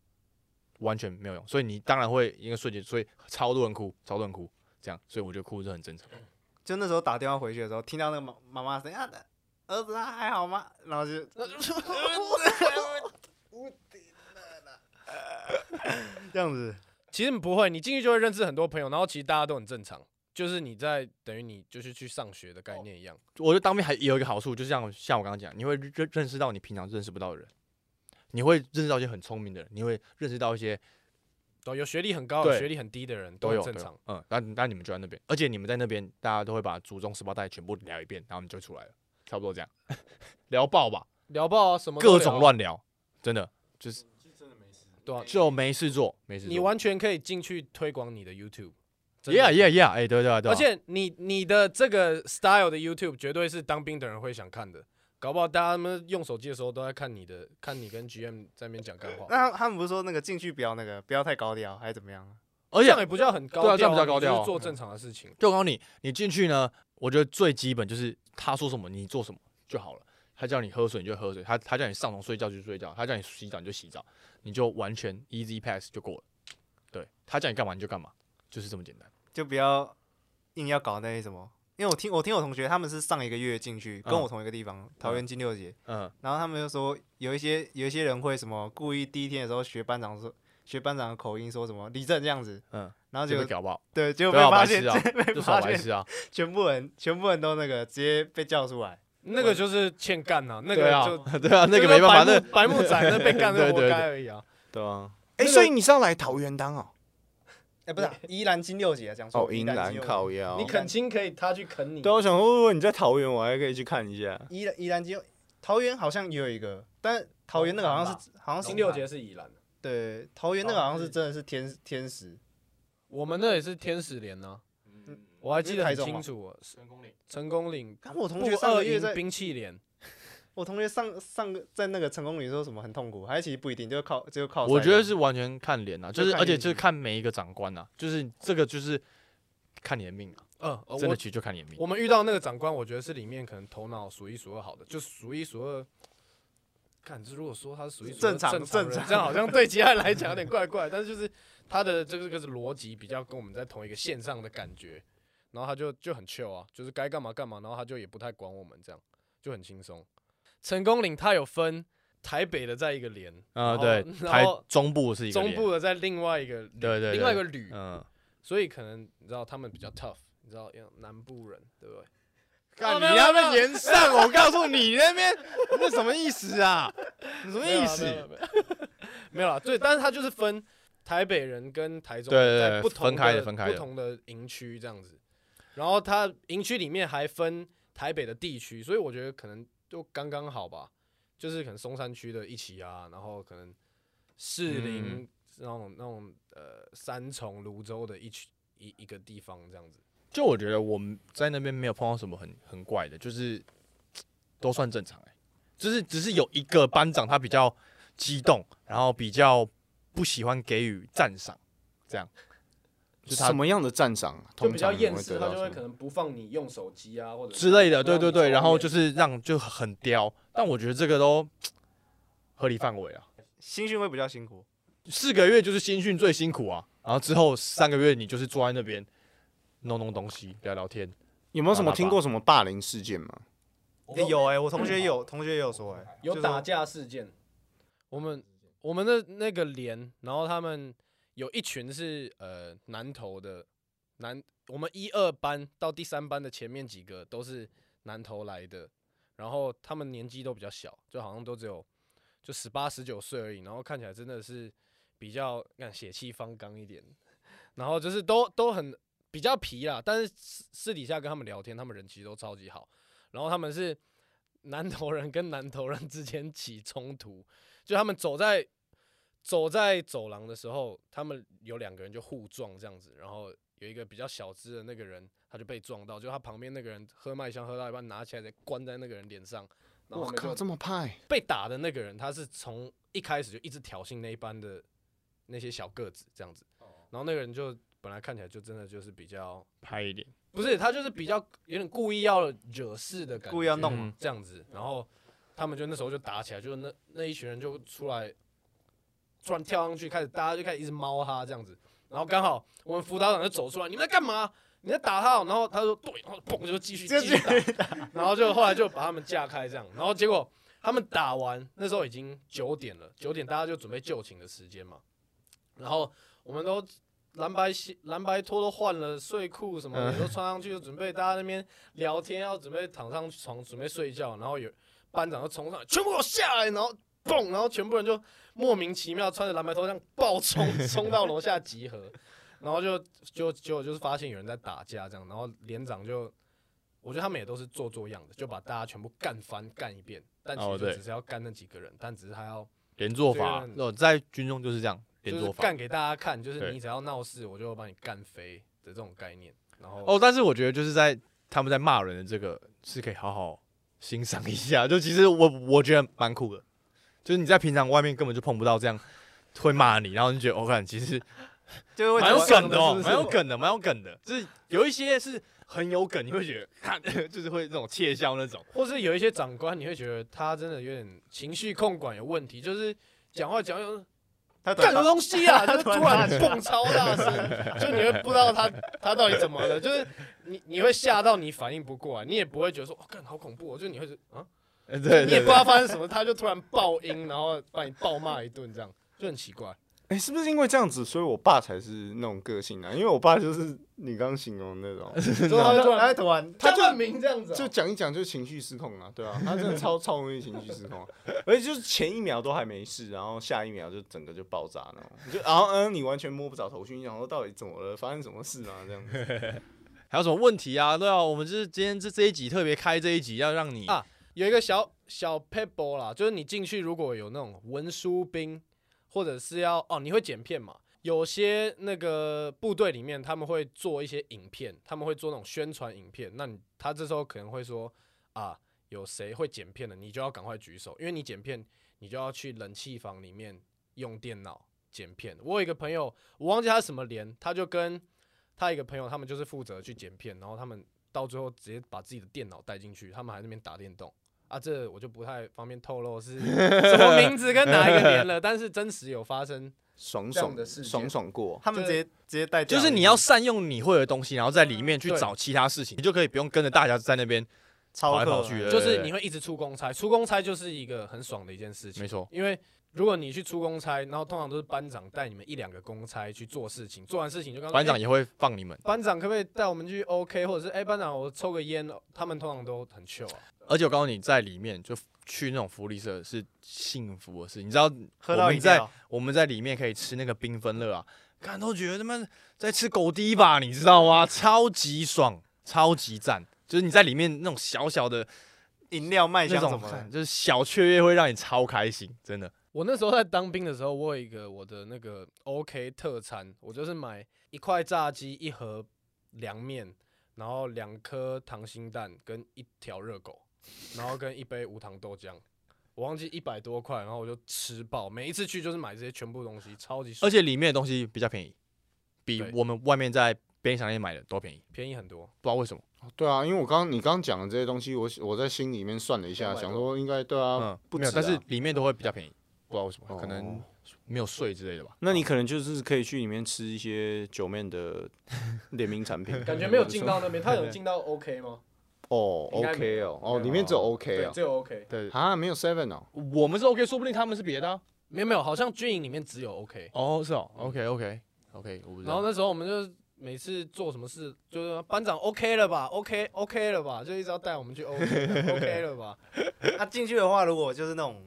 [SPEAKER 4] 完全没有用。所以你当然会一个瞬间，所以超多人哭，超多人哭，这样，所以我觉得哭是很正常的。
[SPEAKER 2] 就那时候打电话回去的时候，听到那个妈妈妈声音啊，儿子啊他还好吗？然后就，这样子，
[SPEAKER 3] 其实不会，你进去就会认识很多朋友，然后其实大家都很正常，就是你在等于你就是去上学的概念一样。
[SPEAKER 4] 我觉得当兵还有一个好处，就像像我刚刚讲，你会认认识到你平常认识不到的人，你会认识到一些很聪明的人，你会认识到一些
[SPEAKER 3] 对，有学历很高、有
[SPEAKER 4] 对
[SPEAKER 3] 学历很低的人
[SPEAKER 4] 都
[SPEAKER 3] 很
[SPEAKER 4] 有
[SPEAKER 3] 正
[SPEAKER 4] 都有
[SPEAKER 3] 常。
[SPEAKER 4] 嗯，那那你们就在那边，而且你们在那边，大家都会把祖宗十八代全部聊一遍，然后你就出来了，差不多这样， *laughs* 聊爆吧，
[SPEAKER 3] 聊爆啊，什么都
[SPEAKER 4] 各
[SPEAKER 3] 聊
[SPEAKER 4] 种
[SPEAKER 3] 啊，
[SPEAKER 4] 乱聊，真的就是
[SPEAKER 3] 对啊，
[SPEAKER 4] 就没事做，没事做。
[SPEAKER 3] 你完全可以进去推广你的 YouTube。真的
[SPEAKER 4] ，Yeah Yeah Yeah，哎、对对对，
[SPEAKER 3] 而且你你的这个 style 的 YouTube 绝对是当兵的人会想看的，搞不好大家们用手机的时候都在看你的，看你跟 GM 在那边讲干话，
[SPEAKER 2] 那他他们不是说那个进去不要那个不要太高调，还是怎么样啊？
[SPEAKER 4] 而
[SPEAKER 3] 这
[SPEAKER 4] 且
[SPEAKER 3] 样也不叫很高
[SPEAKER 4] 对
[SPEAKER 3] 调、
[SPEAKER 4] 啊这样比较高
[SPEAKER 3] 你
[SPEAKER 4] 调
[SPEAKER 3] 就
[SPEAKER 4] 啊
[SPEAKER 3] 是做正常的事情。
[SPEAKER 4] 就我告诉你，你进去呢，我觉得最基本就是他说什么你做什么就好了。他叫你喝水你就喝水，他他叫你上床睡觉就睡觉，他叫你洗澡你就洗澡，你就完全 easy pass 就过了。对他叫你干嘛你就干嘛，就是这么简单。
[SPEAKER 2] 就不要硬要搞那些什么。因为我听我听我同学他们是上一个月进去，跟
[SPEAKER 4] 嗯
[SPEAKER 2] 我同一个地方，桃园金六节，
[SPEAKER 4] 嗯，
[SPEAKER 2] 然后他们就说有一些有一些人会什么故意第一天的时候学班长说学班长的口音说什么李正这样子，
[SPEAKER 4] 嗯，
[SPEAKER 2] 然后
[SPEAKER 4] 就
[SPEAKER 2] 就
[SPEAKER 4] 被搞爆，
[SPEAKER 2] 对结
[SPEAKER 4] 对
[SPEAKER 2] 果被
[SPEAKER 4] 啊，
[SPEAKER 2] 发
[SPEAKER 4] 白
[SPEAKER 2] 现 *laughs*
[SPEAKER 4] 痴啊，
[SPEAKER 2] 被
[SPEAKER 4] 就
[SPEAKER 2] 发
[SPEAKER 4] 耍白
[SPEAKER 2] 现
[SPEAKER 4] 痴啊，
[SPEAKER 2] 全部人全部人都那个直接被叫出来，
[SPEAKER 3] 那个就是欠干啊，那
[SPEAKER 4] 嗯对
[SPEAKER 3] 个
[SPEAKER 4] *laughs* 啊
[SPEAKER 3] 就。，
[SPEAKER 4] 对啊，那个没办法，那 *laughs*
[SPEAKER 3] 白目白目仔那被干
[SPEAKER 4] 对
[SPEAKER 3] 的活
[SPEAKER 4] 对
[SPEAKER 3] 该而已啊。
[SPEAKER 1] 对啊，哎、
[SPEAKER 2] 那个
[SPEAKER 1] 所以你是要来桃园当哦？
[SPEAKER 2] 哎， *laughs* 不是啊宜兰金六姐啊，讲错
[SPEAKER 1] 哦，
[SPEAKER 2] 了，
[SPEAKER 1] 银
[SPEAKER 2] 兰
[SPEAKER 1] 兰
[SPEAKER 2] 金六
[SPEAKER 1] 烤腰
[SPEAKER 3] 你。
[SPEAKER 2] 肯
[SPEAKER 3] 恳亲可以，他去啃你。
[SPEAKER 1] 对，啊
[SPEAKER 4] 啊
[SPEAKER 1] 我想说，如果你在桃园，我还可以去看一下。
[SPEAKER 2] 宜兰宜兰金六，桃园好像也有一个，但桃园那个好像是哦好像是
[SPEAKER 3] 金六节是宜兰的，
[SPEAKER 2] 对，桃园那个好像是真的是天天使，
[SPEAKER 3] 我们那也是天使连呢、嗯我还记得很清楚哦，
[SPEAKER 4] 成功岭
[SPEAKER 3] 成功岭
[SPEAKER 2] 看哦我同
[SPEAKER 3] 不
[SPEAKER 2] 学上
[SPEAKER 3] 二
[SPEAKER 2] 个月
[SPEAKER 3] 营
[SPEAKER 2] 在
[SPEAKER 3] 兵器连，
[SPEAKER 2] 我同学上上个在那个成功里说什么很痛苦，还其实不一定，就是靠就是靠。
[SPEAKER 4] 我觉得是，完全看脸啊，就
[SPEAKER 2] 就是看
[SPEAKER 4] 而且
[SPEAKER 2] 运气
[SPEAKER 4] 就是看每一个长官啊，就是这个就是看你的命啊，
[SPEAKER 3] 嗯、呃，
[SPEAKER 4] 真的
[SPEAKER 3] 我
[SPEAKER 4] 其实就看你的命。
[SPEAKER 3] 我们遇到那个长官，我觉得是里面可能头脑数一数二好的，就数一数二。看，这如果说他是数一数二
[SPEAKER 2] 正常
[SPEAKER 3] 正常
[SPEAKER 2] 正
[SPEAKER 3] 人，
[SPEAKER 2] 常
[SPEAKER 3] 这样好像对其他人来讲有点怪怪，但是就是他的这个这个逻辑比较跟我们在同一个线上的感觉，然后他就就很 chill 啊，就是该干嘛干嘛，然后他就也不太管我们，这样就很轻松。成功岭它有分台北的在一个连，
[SPEAKER 4] 啊，
[SPEAKER 3] 然后
[SPEAKER 4] 对，台
[SPEAKER 3] 然后
[SPEAKER 4] 中部是一个
[SPEAKER 3] 中
[SPEAKER 4] 连，
[SPEAKER 3] 部的在另外一个旅
[SPEAKER 4] 对对
[SPEAKER 3] 另外一
[SPEAKER 4] 对
[SPEAKER 3] 个旅，
[SPEAKER 4] 嗯，
[SPEAKER 3] 所以可能你知道他们比较 tough，你知道要南部人对不对？
[SPEAKER 4] 干
[SPEAKER 3] 哦
[SPEAKER 4] 你
[SPEAKER 3] 没有
[SPEAKER 4] 他
[SPEAKER 3] 没有
[SPEAKER 4] 们延 *laughs* 上，我告诉你那边那什么意思啊？你什么
[SPEAKER 3] 没有
[SPEAKER 4] 意
[SPEAKER 3] 啦
[SPEAKER 4] 思？
[SPEAKER 3] 没有啦没有啦 *laughs* 没有啦，对，但是他就是分台北人跟台中
[SPEAKER 4] 对
[SPEAKER 3] 人
[SPEAKER 4] 对
[SPEAKER 3] 在
[SPEAKER 4] 对
[SPEAKER 3] 不同
[SPEAKER 4] 分开的分开的
[SPEAKER 3] 不同的营区这样子，然后他营区里面还分台北的地区，所以我觉得可能就刚刚好吧，就是可能松山区的一起啊，然后可能士
[SPEAKER 4] 嗯
[SPEAKER 3] 林、那种那种呃三重、泸州的一区一一个地方这样子。
[SPEAKER 4] 就我觉得我们在那边没有碰到什么很很怪的，就是都算正常哎、就是只是有一个班长他比较激动，然后比较不喜欢给予赞赏，这样。就他
[SPEAKER 1] 什么样的赞赏啊？
[SPEAKER 3] 就
[SPEAKER 1] 通
[SPEAKER 3] 比较
[SPEAKER 1] 常你
[SPEAKER 3] 厌
[SPEAKER 1] 会
[SPEAKER 3] 世，
[SPEAKER 1] 得
[SPEAKER 3] 他
[SPEAKER 1] 到
[SPEAKER 3] 就
[SPEAKER 1] 什
[SPEAKER 3] 会
[SPEAKER 1] 么
[SPEAKER 3] 可能不放你用手机啊，或者
[SPEAKER 4] 之类的，
[SPEAKER 3] 不让
[SPEAKER 4] 对对
[SPEAKER 3] 你
[SPEAKER 4] 对，
[SPEAKER 3] 抽
[SPEAKER 4] 然后
[SPEAKER 3] 烟
[SPEAKER 4] 就是让就很刁，但我觉得这个都合理范围啊。
[SPEAKER 2] 新训会比较辛苦，
[SPEAKER 4] 四个月就是新训最辛苦啊，然后之后三个月你就是坐在那边弄弄东西，聊聊天。
[SPEAKER 1] 有没有什么
[SPEAKER 4] 打打
[SPEAKER 1] 听过什么霸凌事件吗？
[SPEAKER 2] 欸有哎，我同学有同学也有说哎，
[SPEAKER 3] 有
[SPEAKER 2] 就是
[SPEAKER 3] 打架事件。我们我们的那个连，然后他们有一群是呃南投的南，我们一二班到第三班的前面几个都是南投来的，然后他们年纪都比较小，就好像都只有就十八十九岁而已，然后看起来真的是比较看血气方刚一点，然后就是都都很比较皮啦，但是私私底下跟他们聊天，他们人其实都超级好，然后他们是 *laughs* 南投人跟南投人之间起冲突，就他们走在走在走廊的时候，他们有两个人就互撞这样子，然后有一个比较小只的那个人他就被撞到，就他旁边那个人喝麦香喝到一半拿起来再关在那个人脸上，然
[SPEAKER 1] 我
[SPEAKER 3] 后他们就
[SPEAKER 1] 靠，这么派！
[SPEAKER 3] 被打的那个人，他是从一开始就一直挑衅那一班的那些小个子这样子，然后那个人就本来看起来就真的就是比较，
[SPEAKER 4] 拍一点，
[SPEAKER 3] 不是他就是比较有点故意要惹事的感觉，
[SPEAKER 2] 故意要弄
[SPEAKER 4] 嘛
[SPEAKER 3] 这样子，然后他们就那时候就打起来，就那那一群人就出来，突然跳上去开始大家就开始一直猫他这样子，然后刚好我们辅导长就走出来，你们在干嘛？你在打他、哦，然后他说对，然后嘣就继续继续打，然后就后来就把他们架开这样，然后结果他们打完那时候已经九点了，九点大家就准备就寝的时间嘛，然后我们都蓝白西蓝白拖都换了，睡裤什么
[SPEAKER 4] 嗯
[SPEAKER 3] *laughs* 的也都穿上去，就准备大家那边聊天，要准备躺上床准备睡觉，然后有班长就冲上来，全部给我下来，然后蹦，然后全部人就莫名其妙穿着蓝白拖这样暴冲冲到楼下集合，然后就就就就是发现有人在打架这样，然后连长就。我觉得他们也都是做做样的，就把大家全部干翻干一遍，但其
[SPEAKER 4] 哦
[SPEAKER 3] 实就
[SPEAKER 4] 对
[SPEAKER 3] 只是要干那几个人，但只是他要
[SPEAKER 4] 连坐法
[SPEAKER 3] 这个，
[SPEAKER 4] 那在军中就是这样，连
[SPEAKER 3] 啊就
[SPEAKER 4] 坐
[SPEAKER 3] 是
[SPEAKER 4] 法
[SPEAKER 3] 干。给大家看，就是
[SPEAKER 4] 对
[SPEAKER 3] 你只要闹事，我就把你干飞的这种概念。然后
[SPEAKER 4] 哦，但是我觉得就是在他们在骂人的这个是可以好好欣赏一下，就其实我我觉得蛮酷的，就是你在平常外面根本就碰不到这样会骂你，然后你就觉得我看、其实
[SPEAKER 2] 就是会
[SPEAKER 4] 蛮有梗的
[SPEAKER 2] 是
[SPEAKER 4] 哦，
[SPEAKER 2] 不是
[SPEAKER 4] 蛮有梗的，蛮有梗的，就是有一些是很有梗，你会觉得看就是会那种窃笑那种。
[SPEAKER 3] 或是有一些长官，你会觉得他真的有点情绪控管有问题，就是讲话讲有
[SPEAKER 2] 他
[SPEAKER 3] 干
[SPEAKER 2] 短
[SPEAKER 3] 的
[SPEAKER 2] 发
[SPEAKER 3] 东
[SPEAKER 4] *laughs*
[SPEAKER 3] 西啊，就是突
[SPEAKER 2] 突然
[SPEAKER 3] 然蹦超大声，就你会不知道他他到底怎么了，就是你你会吓到你反应不过来，你也不会觉得说哦干好恐怖、哦，就你会觉得啊，
[SPEAKER 4] 对呃对
[SPEAKER 3] 你也不知道发生什么，他就突然爆音，然后把你暴骂一顿，这样就很奇怪。
[SPEAKER 1] 哎、是不是因为这样子，所以我爸才是那种个性啊？因为我爸就是你刚形容的那
[SPEAKER 3] *laughs*
[SPEAKER 1] 种，
[SPEAKER 3] 之后他就突然
[SPEAKER 2] 哎，突然
[SPEAKER 1] 他就
[SPEAKER 3] 证明这样子啊，
[SPEAKER 1] 就讲一讲就情绪失控了、
[SPEAKER 3] *laughs*
[SPEAKER 1] 对啊，他真的超超容易情绪失控啊、而且就是前一秒都还没事，然后下一秒就整个就爆炸那种，你就然后嗯，你完全摸不着头绪，你想说到底怎么了，发生什么事啊？这样子，
[SPEAKER 4] 还有什么问题啊？对啊，我们就是今天这这一集特别开这一集，要让你
[SPEAKER 3] 啊有一个小小 pebble 啦，就是你进去如果有那种文书兵，或者是要哦，你会剪片嘛？有些那个部队里面他们会做一些影片，他们会做那种宣传影片。那你他这时候可能会说啊，有谁会剪片的，你就要赶快举手，因为你剪片，你就要去冷气房里面用电脑剪片。我有一个朋友，我忘记他什么连，他就跟他一个朋友，他们就是负责去剪片，然后他们到最后直接把自己的电脑带进去，他们还在那边打电动。啊，这我就不太方便透露是什么名字跟哪一个
[SPEAKER 4] *laughs*
[SPEAKER 3] 连了，但是真实有发生。
[SPEAKER 1] 爽
[SPEAKER 3] 这样
[SPEAKER 1] 爽
[SPEAKER 3] 的事件
[SPEAKER 1] 爽爽过，
[SPEAKER 2] 他们直接直接带掉，
[SPEAKER 4] 就是你要善用你会的东西，然后在里面去
[SPEAKER 3] 对
[SPEAKER 4] 找其他事情，你就可以不用跟着大家在那边
[SPEAKER 2] 超
[SPEAKER 4] 跑来
[SPEAKER 2] 客
[SPEAKER 4] 跑去的，
[SPEAKER 3] 就是你会一直出公差，出公差就是一个很爽的一件事情。
[SPEAKER 4] 没错，
[SPEAKER 3] 因为如果你去出公差，然后通常都是班长带你们一两个公差去做事情，做完事情就跟他说
[SPEAKER 4] 班长
[SPEAKER 3] 哎
[SPEAKER 4] 也会放你们，
[SPEAKER 3] 班长可不可以带我们去 OK，或者是哎、班长我抽个烟，他们通常都很 chill 啊。
[SPEAKER 4] 而且我告诉你，在里面就去那种福利社是幸福的事，你知道
[SPEAKER 2] 喝到
[SPEAKER 4] 我
[SPEAKER 2] 饮
[SPEAKER 4] 们在
[SPEAKER 2] 料，
[SPEAKER 4] 我们在里面可以吃那个缤纷乐啊，看都觉得他妈在吃狗滴吧，你知道 *laughs* 吗？超级爽，超级赞，就是你在里面那种小小的
[SPEAKER 2] 饮料麦
[SPEAKER 4] 那
[SPEAKER 2] 香什
[SPEAKER 4] 种
[SPEAKER 2] 么的，，
[SPEAKER 4] 就是小雀跃会让你超开心，真的。
[SPEAKER 3] 我那时候在当兵的时候，我有一个我的那个 OK 特餐，我就是买一块炸鸡、一盒凉面，然后两颗溏心蛋跟一条热狗，然后跟一杯无糖豆浆。我忘记一百多块，然后我就吃爆。每一次去就是买这些全部东西，超级爽
[SPEAKER 4] 而且里面的东西比较便宜，比
[SPEAKER 3] 对
[SPEAKER 4] 我们外面在便利商店买的都便宜，
[SPEAKER 3] 便宜很多。
[SPEAKER 4] 不知道为什么。
[SPEAKER 5] 对啊，因为我刚你刚讲的这些东西，我我在心里面算了一下，
[SPEAKER 3] 200
[SPEAKER 5] 想说应该对啊
[SPEAKER 4] 嗯，，
[SPEAKER 5] 不
[SPEAKER 4] 没
[SPEAKER 5] 止
[SPEAKER 4] 有，
[SPEAKER 5] 啊，
[SPEAKER 4] 但是里面都会比较便宜，不知道为什么，
[SPEAKER 5] 哦
[SPEAKER 4] 可能没有税之类的吧。
[SPEAKER 1] 那你可能就是可以去里面吃一些九面 *laughs* 的联名产品，
[SPEAKER 3] *laughs*
[SPEAKER 1] *laughs*
[SPEAKER 3] 感觉没有进到那边，他有进到 OK 吗？
[SPEAKER 1] 哦
[SPEAKER 3] 应该没
[SPEAKER 1] ，OK
[SPEAKER 3] 啊
[SPEAKER 1] 哦，哦，
[SPEAKER 4] 对
[SPEAKER 1] 里面只有
[SPEAKER 4] 哦
[SPEAKER 1] OK
[SPEAKER 3] 对，
[SPEAKER 1] 哦，
[SPEAKER 3] 只有 OK。
[SPEAKER 4] 对，
[SPEAKER 5] 啊，没有 Seven 哦，
[SPEAKER 4] 我们是 OK，说不定他们是别的、啊。
[SPEAKER 3] 没有没有，好像军营里面只有 OK。
[SPEAKER 4] 哦，是哦，OK OK OK，我不知
[SPEAKER 3] 然后
[SPEAKER 4] 道。
[SPEAKER 3] 那时候我们就每次做什么事，就是说班长 OK 了吧，OK OK 了吧，就一直要带我们去
[SPEAKER 4] *laughs*
[SPEAKER 3] OK 了 OK 了吧。
[SPEAKER 2] 他进去的话，如果就是那种，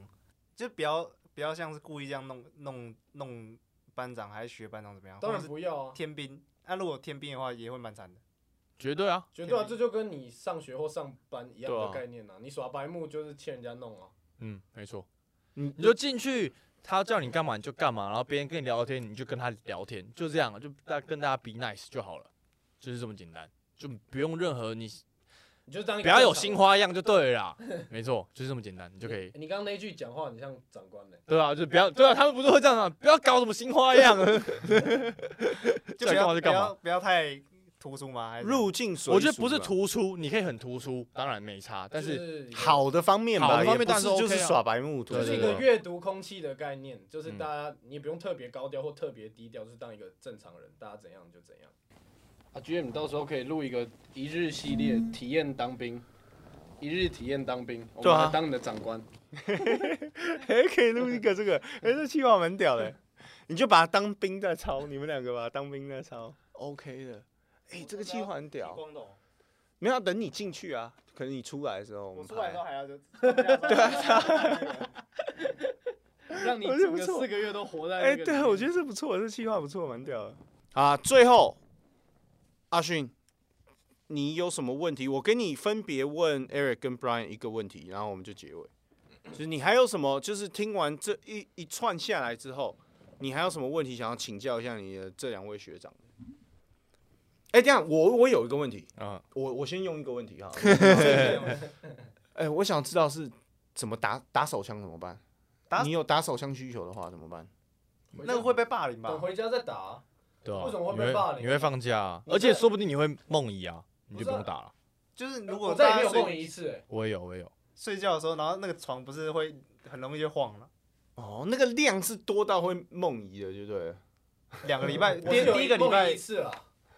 [SPEAKER 2] 就不要不要像是故意这样弄弄弄班长还是学班长怎么样？
[SPEAKER 3] 当然
[SPEAKER 2] 或者
[SPEAKER 3] 不要啊
[SPEAKER 2] 是，天兵。那、如果天兵的话，也会蛮惨
[SPEAKER 4] *laughs*
[SPEAKER 2] 的。
[SPEAKER 4] 绝对啊，
[SPEAKER 3] 绝对啊，这就跟你上学或上班一样
[SPEAKER 1] 对
[SPEAKER 3] 的
[SPEAKER 1] 啊
[SPEAKER 3] 概念啊。你耍白目就是欠人家弄啊。
[SPEAKER 4] 嗯，没错。
[SPEAKER 1] 你
[SPEAKER 4] 你就进去，他叫你干嘛你就干嘛，然后别人跟你聊天你就跟他聊天，就这样，就大跟大家 be nice 就好了，就是这么简单，就不用任何你
[SPEAKER 3] 你就当一
[SPEAKER 4] 不
[SPEAKER 3] 个
[SPEAKER 4] 要有
[SPEAKER 3] 正常
[SPEAKER 4] 新
[SPEAKER 3] 人。欸
[SPEAKER 4] 花样就对了啦。没错，就是这么简单，你就可以。
[SPEAKER 3] 你刚刚那一句讲话，你像长官嘞、
[SPEAKER 4] 对啊，就不要对啊，他们不是会这样啊，不要搞什么新花样。
[SPEAKER 2] 就不
[SPEAKER 4] 想干嘛
[SPEAKER 2] 要不
[SPEAKER 4] 就干嘛
[SPEAKER 2] 要不要太突出吗？还
[SPEAKER 3] 嗯
[SPEAKER 2] 是
[SPEAKER 1] 入境水，
[SPEAKER 4] 我觉得不是，突出，你可以很突出，当然没差，但
[SPEAKER 3] 就是一个，
[SPEAKER 1] 好的方面吧，
[SPEAKER 4] 好的方面
[SPEAKER 1] 也不
[SPEAKER 4] 当然
[SPEAKER 1] 是
[SPEAKER 4] 是 OK 啊
[SPEAKER 1] 就是耍白目，
[SPEAKER 4] 对
[SPEAKER 1] 对
[SPEAKER 3] 就是一
[SPEAKER 1] 对
[SPEAKER 3] 个
[SPEAKER 1] 对。
[SPEAKER 3] 阅读空气的概念，就是
[SPEAKER 4] 嗯
[SPEAKER 3] 大家你也不用特别高调或特别低调，就是当一个正常人，大家怎样就怎样。啊，GM，你到时候可以录一个一日系列，体验当兵，一日体验当兵，我
[SPEAKER 1] 对
[SPEAKER 3] 们
[SPEAKER 1] 啊
[SPEAKER 3] 来当你的长官。
[SPEAKER 1] 哎，可以录一个这个，哎，这计划蛮屌的。 *laughs* 你就把它当兵在抄，你们两个把它当兵在抄，OK 的。哎，这个计划很屌，
[SPEAKER 2] 光头，
[SPEAKER 1] 没有要等你进去啊，可能你出来的时候我
[SPEAKER 2] 我
[SPEAKER 1] 们
[SPEAKER 2] 出
[SPEAKER 1] 拍
[SPEAKER 2] 来之后。还
[SPEAKER 4] *laughs*
[SPEAKER 2] 要就对啊，
[SPEAKER 3] 让你
[SPEAKER 1] 我觉得
[SPEAKER 3] 整
[SPEAKER 1] 不
[SPEAKER 3] 个
[SPEAKER 1] 错
[SPEAKER 3] 四个月都活在那个
[SPEAKER 1] 哎、
[SPEAKER 3] 里面。
[SPEAKER 1] 对，我觉得这不错，这计划不错，蛮屌的。啊，最后，阿勋，你有什么问题？我跟你分别问 Eric 跟 Brian 一个问题，然后我们就结尾。就是你还有什么？就是听完这一一串下来之后，你还有什么问题想要请教一下你的这两位学长？哎、这样我我有一个问题，
[SPEAKER 4] 啊，
[SPEAKER 1] 我我先用一个问题哈。
[SPEAKER 4] *laughs*
[SPEAKER 1] 哎、我想知道是怎么打打手枪怎么办
[SPEAKER 2] 打？
[SPEAKER 1] 你有打手枪需求的话怎么办？
[SPEAKER 2] 那个会被霸凌吧
[SPEAKER 3] 等？回家再打啊、
[SPEAKER 4] 对啊，
[SPEAKER 3] 为什么
[SPEAKER 4] 你
[SPEAKER 3] 会被霸凌
[SPEAKER 4] 你会放假啊，
[SPEAKER 3] 你
[SPEAKER 4] 而且
[SPEAKER 3] 在
[SPEAKER 4] 说不定你会梦遗啊，你
[SPEAKER 3] 不
[SPEAKER 4] 就是不
[SPEAKER 3] 啊
[SPEAKER 4] 用打了。
[SPEAKER 2] 就是如
[SPEAKER 3] 呃我
[SPEAKER 2] 果
[SPEAKER 3] 再也
[SPEAKER 2] 大
[SPEAKER 3] 没
[SPEAKER 2] 家
[SPEAKER 3] 有梦
[SPEAKER 2] 睡
[SPEAKER 3] 遗一次、哎
[SPEAKER 4] 我也有，我也有。
[SPEAKER 2] 睡觉的时候，然后那个床不是会很容易就晃了。
[SPEAKER 1] 哦，那个量是多到会梦遗的，对不对？
[SPEAKER 2] 两个礼拜，
[SPEAKER 3] 我
[SPEAKER 2] 第
[SPEAKER 3] 是有
[SPEAKER 2] 第一个礼
[SPEAKER 3] 梦遗
[SPEAKER 2] 拜
[SPEAKER 3] 一，次啊。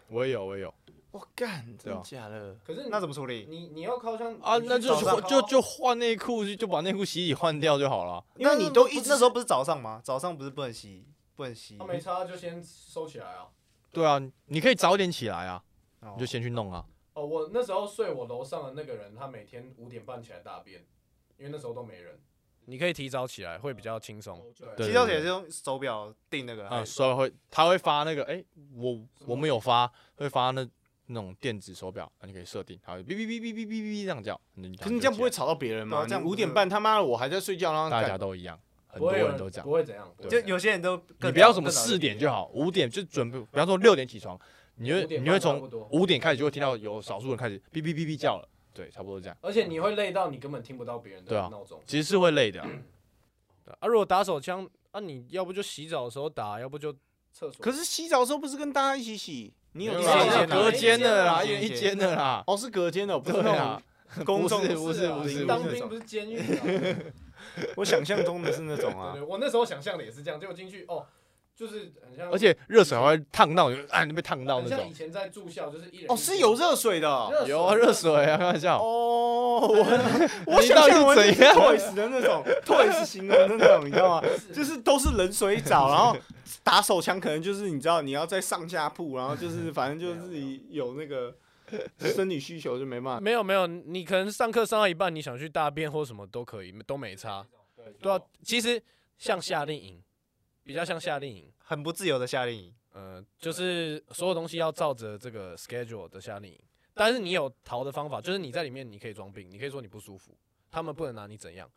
[SPEAKER 4] 我也有，我也有
[SPEAKER 1] 我干，
[SPEAKER 4] 对啊
[SPEAKER 1] 假的？
[SPEAKER 3] 可是你
[SPEAKER 2] 那怎么处理？
[SPEAKER 3] 你你要靠枪
[SPEAKER 4] 啊，
[SPEAKER 3] 你
[SPEAKER 4] 那就
[SPEAKER 3] 去
[SPEAKER 4] 是
[SPEAKER 3] 找
[SPEAKER 4] 换
[SPEAKER 3] 上
[SPEAKER 4] 就
[SPEAKER 3] 靠
[SPEAKER 4] 就换内裤，就就把内裤洗洗换掉就好了。
[SPEAKER 1] 因为你都一直
[SPEAKER 2] 那时候不是早上吗？早上不是不能洗？不能吸
[SPEAKER 3] 他。哦没差就先收起来啊。
[SPEAKER 4] 对啊，你可以早点起来啊，
[SPEAKER 2] 哦
[SPEAKER 4] 你就先去弄啊。
[SPEAKER 3] 哦，我那时候睡我楼上的那个人，他每天五点半起来大便，因为那时候都没人。哦你可以提早起来，会比较轻松。
[SPEAKER 4] 对
[SPEAKER 2] 洗手也是用手表定那个，
[SPEAKER 4] 啊，稍微会他会发那个，哎、我我们有发，会发那那种电子手表，啊，你可以设定，它会哔哔哔哔哔哔哔这样叫，你
[SPEAKER 1] 可是你这样不会吵到别人
[SPEAKER 2] 对
[SPEAKER 1] 吗
[SPEAKER 2] 啊？这
[SPEAKER 1] 你
[SPEAKER 2] 样不
[SPEAKER 1] 五
[SPEAKER 2] 是
[SPEAKER 1] 点半他妈的我还在睡觉，然后
[SPEAKER 4] 大
[SPEAKER 1] 干
[SPEAKER 4] 家都一样，很
[SPEAKER 3] 不
[SPEAKER 4] 多
[SPEAKER 3] 会有
[SPEAKER 4] 人都这样
[SPEAKER 3] 不。会怎样。不会
[SPEAKER 4] 对
[SPEAKER 2] 就
[SPEAKER 3] 怎样
[SPEAKER 2] 有些人都
[SPEAKER 4] 你
[SPEAKER 2] 更
[SPEAKER 4] 不要
[SPEAKER 2] 早
[SPEAKER 4] 什么
[SPEAKER 2] 更早就
[SPEAKER 4] 四点
[SPEAKER 2] 起
[SPEAKER 4] 就好，五点就准备，比方说六点起床，你会
[SPEAKER 3] 5点
[SPEAKER 4] 你会
[SPEAKER 3] 半差
[SPEAKER 4] 从
[SPEAKER 3] 不多
[SPEAKER 4] 五点开始就会听到有少数人开始哔哔哔哔叫了，对，差不多这样。
[SPEAKER 3] 而且你会累到你根本听不到别人
[SPEAKER 4] 对
[SPEAKER 3] 的
[SPEAKER 4] 啊
[SPEAKER 3] 闹钟。
[SPEAKER 4] 其实是会累的啊、
[SPEAKER 3] 对啊，如果打手枪，啊，你要不就洗澡的时候打，要不就厕所。
[SPEAKER 1] 可是洗澡的时候不是跟大家一起洗？你有
[SPEAKER 4] 没
[SPEAKER 1] 一
[SPEAKER 4] 有啦
[SPEAKER 1] 间
[SPEAKER 2] 一间啊
[SPEAKER 4] 那隔间的啦，一
[SPEAKER 2] 一
[SPEAKER 4] 人
[SPEAKER 2] 间
[SPEAKER 4] 一间的啦。
[SPEAKER 1] 哦，是隔间的，不是
[SPEAKER 4] 对
[SPEAKER 1] 那
[SPEAKER 4] 啊
[SPEAKER 1] 种， *laughs* 公众
[SPEAKER 4] 不是不是
[SPEAKER 3] 啊
[SPEAKER 4] 不是
[SPEAKER 3] 当
[SPEAKER 4] 不是
[SPEAKER 3] 兵不是监
[SPEAKER 4] *laughs*
[SPEAKER 3] 狱啊。
[SPEAKER 1] 我想象中的是那种
[SPEAKER 3] 对
[SPEAKER 1] 啊
[SPEAKER 3] 对，。我那时候想象的也是这样，结果进去哦，就是很像，
[SPEAKER 4] 而且热水还会烫到你，啊，你被烫到
[SPEAKER 3] 很
[SPEAKER 4] 那
[SPEAKER 3] 像以
[SPEAKER 4] 种。
[SPEAKER 3] 前在住校，就是一人
[SPEAKER 1] 哦，
[SPEAKER 3] 一
[SPEAKER 1] 是
[SPEAKER 3] 间
[SPEAKER 1] 有热水的哦。
[SPEAKER 4] 有啊，热水啊，开玩 *laughs* 笑。
[SPEAKER 1] 哦， *laughs* 我我
[SPEAKER 4] 你
[SPEAKER 1] 想
[SPEAKER 4] 到底
[SPEAKER 1] 象
[SPEAKER 4] 是
[SPEAKER 1] 完全
[SPEAKER 4] 怎样
[SPEAKER 1] Toys 的那种 Toys 形容的那种，你知道吗？
[SPEAKER 3] 是
[SPEAKER 1] 就是都是冷水澡，然后打手枪，可能就是你知道你要在上下铺，然后就是反正就是有那个生理需求就没
[SPEAKER 2] 啊
[SPEAKER 1] 办法。
[SPEAKER 3] 没有没有，你可能上课上到一半，你想去大便或什么都可以，都没差。对啊，其实像夏令营，比较像夏令营，
[SPEAKER 2] 很不自由的夏令营，
[SPEAKER 3] 呃，就是所有东西要照着这个 schedule 的夏令营。但是你有逃的方法，就是你在里面你可以装病，你可以说你不舒服，他们不能拿你怎样，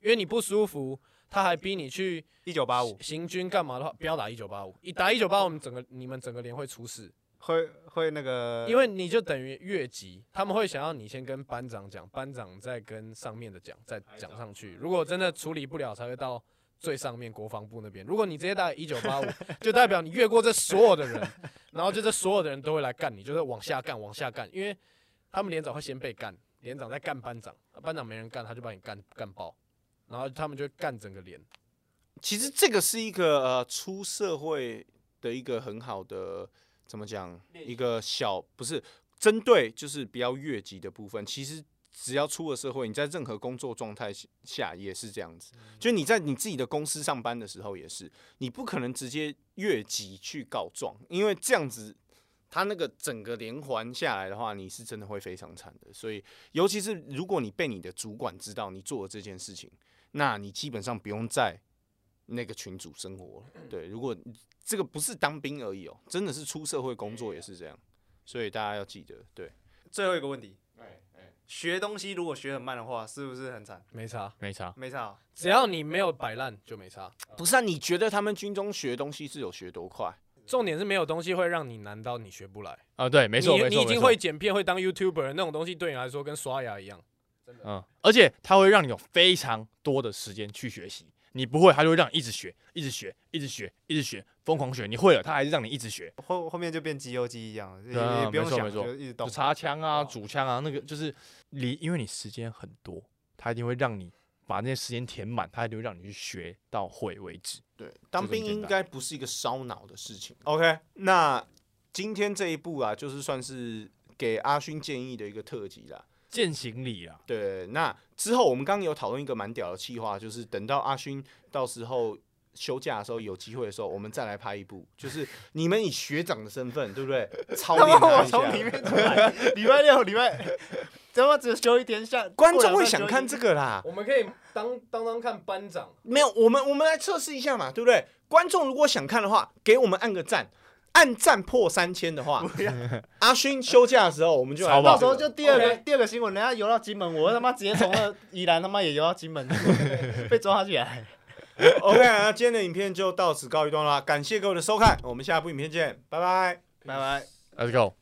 [SPEAKER 3] 因为你不舒服，他还逼你去
[SPEAKER 2] 一九八五
[SPEAKER 3] 行军干嘛的话，不要打一九八五，一打一九八五，我们整个你们整个连会出事，
[SPEAKER 2] 会会那个，
[SPEAKER 3] 因为你就等于越级，他们会想要你先跟班长讲，班长再跟上面的讲，再讲上去。如果真的处理不了，才会到最上面国防部那边。如果你直接打一九八五，就代表你越过这所有的人，然后就这所有的人都会来干你，就是往下干，往下干，因为他们连长会先被干，连长在干班长，班长没人干，他就把你干干爆，然后他们就会干整个连。
[SPEAKER 1] 其实这个是一个呃出社会的一个很好的怎么讲，一个小不是针对就是比较越级的部分。其实只要出了社会，你在任何工作状态下也是这样子。就你在你自己的公司上班的时候也是，你不可能直接越级去告状，因为这样子。他那个整个连环下来的话，你是真的会非常惨的。所以，尤其是如果你被你的主管知道你做了这件事情，那你基本上不用再那个群组生活了。对，如果这个不是当兵而已哦，真的是出社会工作也是这样，所以大家要记得，对，
[SPEAKER 2] 最后一个问题，
[SPEAKER 4] 哎
[SPEAKER 2] 学东西如果学很慢的话，是不是很惨？
[SPEAKER 3] 没差，
[SPEAKER 4] 没差，
[SPEAKER 2] 没差哦，
[SPEAKER 3] 只要你没有摆烂就没差。
[SPEAKER 1] 不是啊？你觉得他们军中学东西是有学多快？
[SPEAKER 3] 重点是没有东西会让你难到你学不来。
[SPEAKER 4] 啊，对，没错，
[SPEAKER 3] 你
[SPEAKER 4] 没错，
[SPEAKER 3] 你已经
[SPEAKER 4] 没错
[SPEAKER 3] 会剪片、会当 YouTuber 那种东西，对你来说跟刷牙一样。
[SPEAKER 4] 嗯，而且它会让你有非常多的时间去学习。你不会，它就会让你一直学，一直学，一直学，一直学，疯狂学。你会了，它还是让你一直学，
[SPEAKER 2] *laughs* 后后面就变肌肉记忆一样了，也
[SPEAKER 4] 对啊
[SPEAKER 2] 也不用
[SPEAKER 4] 没错
[SPEAKER 2] 想，
[SPEAKER 4] 没错
[SPEAKER 2] 就一直
[SPEAKER 4] 就
[SPEAKER 2] 动。
[SPEAKER 4] 插枪啊、主枪啊，那个就是你，因为你时间很多，它一定会让你把那些时间填满，它一定会让你去学到会为止。
[SPEAKER 1] 对，当
[SPEAKER 4] 这个很
[SPEAKER 1] 兵
[SPEAKER 4] 简
[SPEAKER 1] 应
[SPEAKER 4] 单
[SPEAKER 1] 该不是一个烧脑的事情。OK，那今天这一部啊，就是算是给阿勋建议的一个特辑啦。
[SPEAKER 4] 践行礼啊，
[SPEAKER 1] 对，那之后我们刚刚有讨论一个蛮屌的计划，就是等到阿勋到时候休假的时候有机会的时候，我们再来拍一部，就是你们以学长的身份，对不对？操
[SPEAKER 2] 他
[SPEAKER 1] 练
[SPEAKER 2] 妈
[SPEAKER 1] 他
[SPEAKER 2] *laughs* 我
[SPEAKER 1] 一下
[SPEAKER 2] 从。里面出来，礼拜六、礼拜，怎么只休一天下？
[SPEAKER 1] 观
[SPEAKER 2] 过
[SPEAKER 1] 众
[SPEAKER 2] 两
[SPEAKER 1] 会
[SPEAKER 2] 周
[SPEAKER 1] 想
[SPEAKER 2] 休一
[SPEAKER 1] 看这个啦，
[SPEAKER 3] 我们可以当当当看班长，
[SPEAKER 1] 没有，我们我们来测试一下嘛，对不对？观众如果想看的话，给我们按个赞，按赞破三千的话，阿勋休假的时候我们就来
[SPEAKER 4] 超棒
[SPEAKER 1] 录
[SPEAKER 2] 到
[SPEAKER 1] 这
[SPEAKER 2] 时
[SPEAKER 1] 个
[SPEAKER 2] 候就第二个
[SPEAKER 3] OK
[SPEAKER 2] 第二个新闻，人家游到金门，我他妈直接从那宜兰他妈也游到金门， *laughs* 被抓 *laughs* 起来。
[SPEAKER 1] OK 啊。那今天的影片就到此告一段落啦，感谢各位的收看，我们下部影片见，拜拜。
[SPEAKER 2] 拜拜。
[SPEAKER 4] Let's go。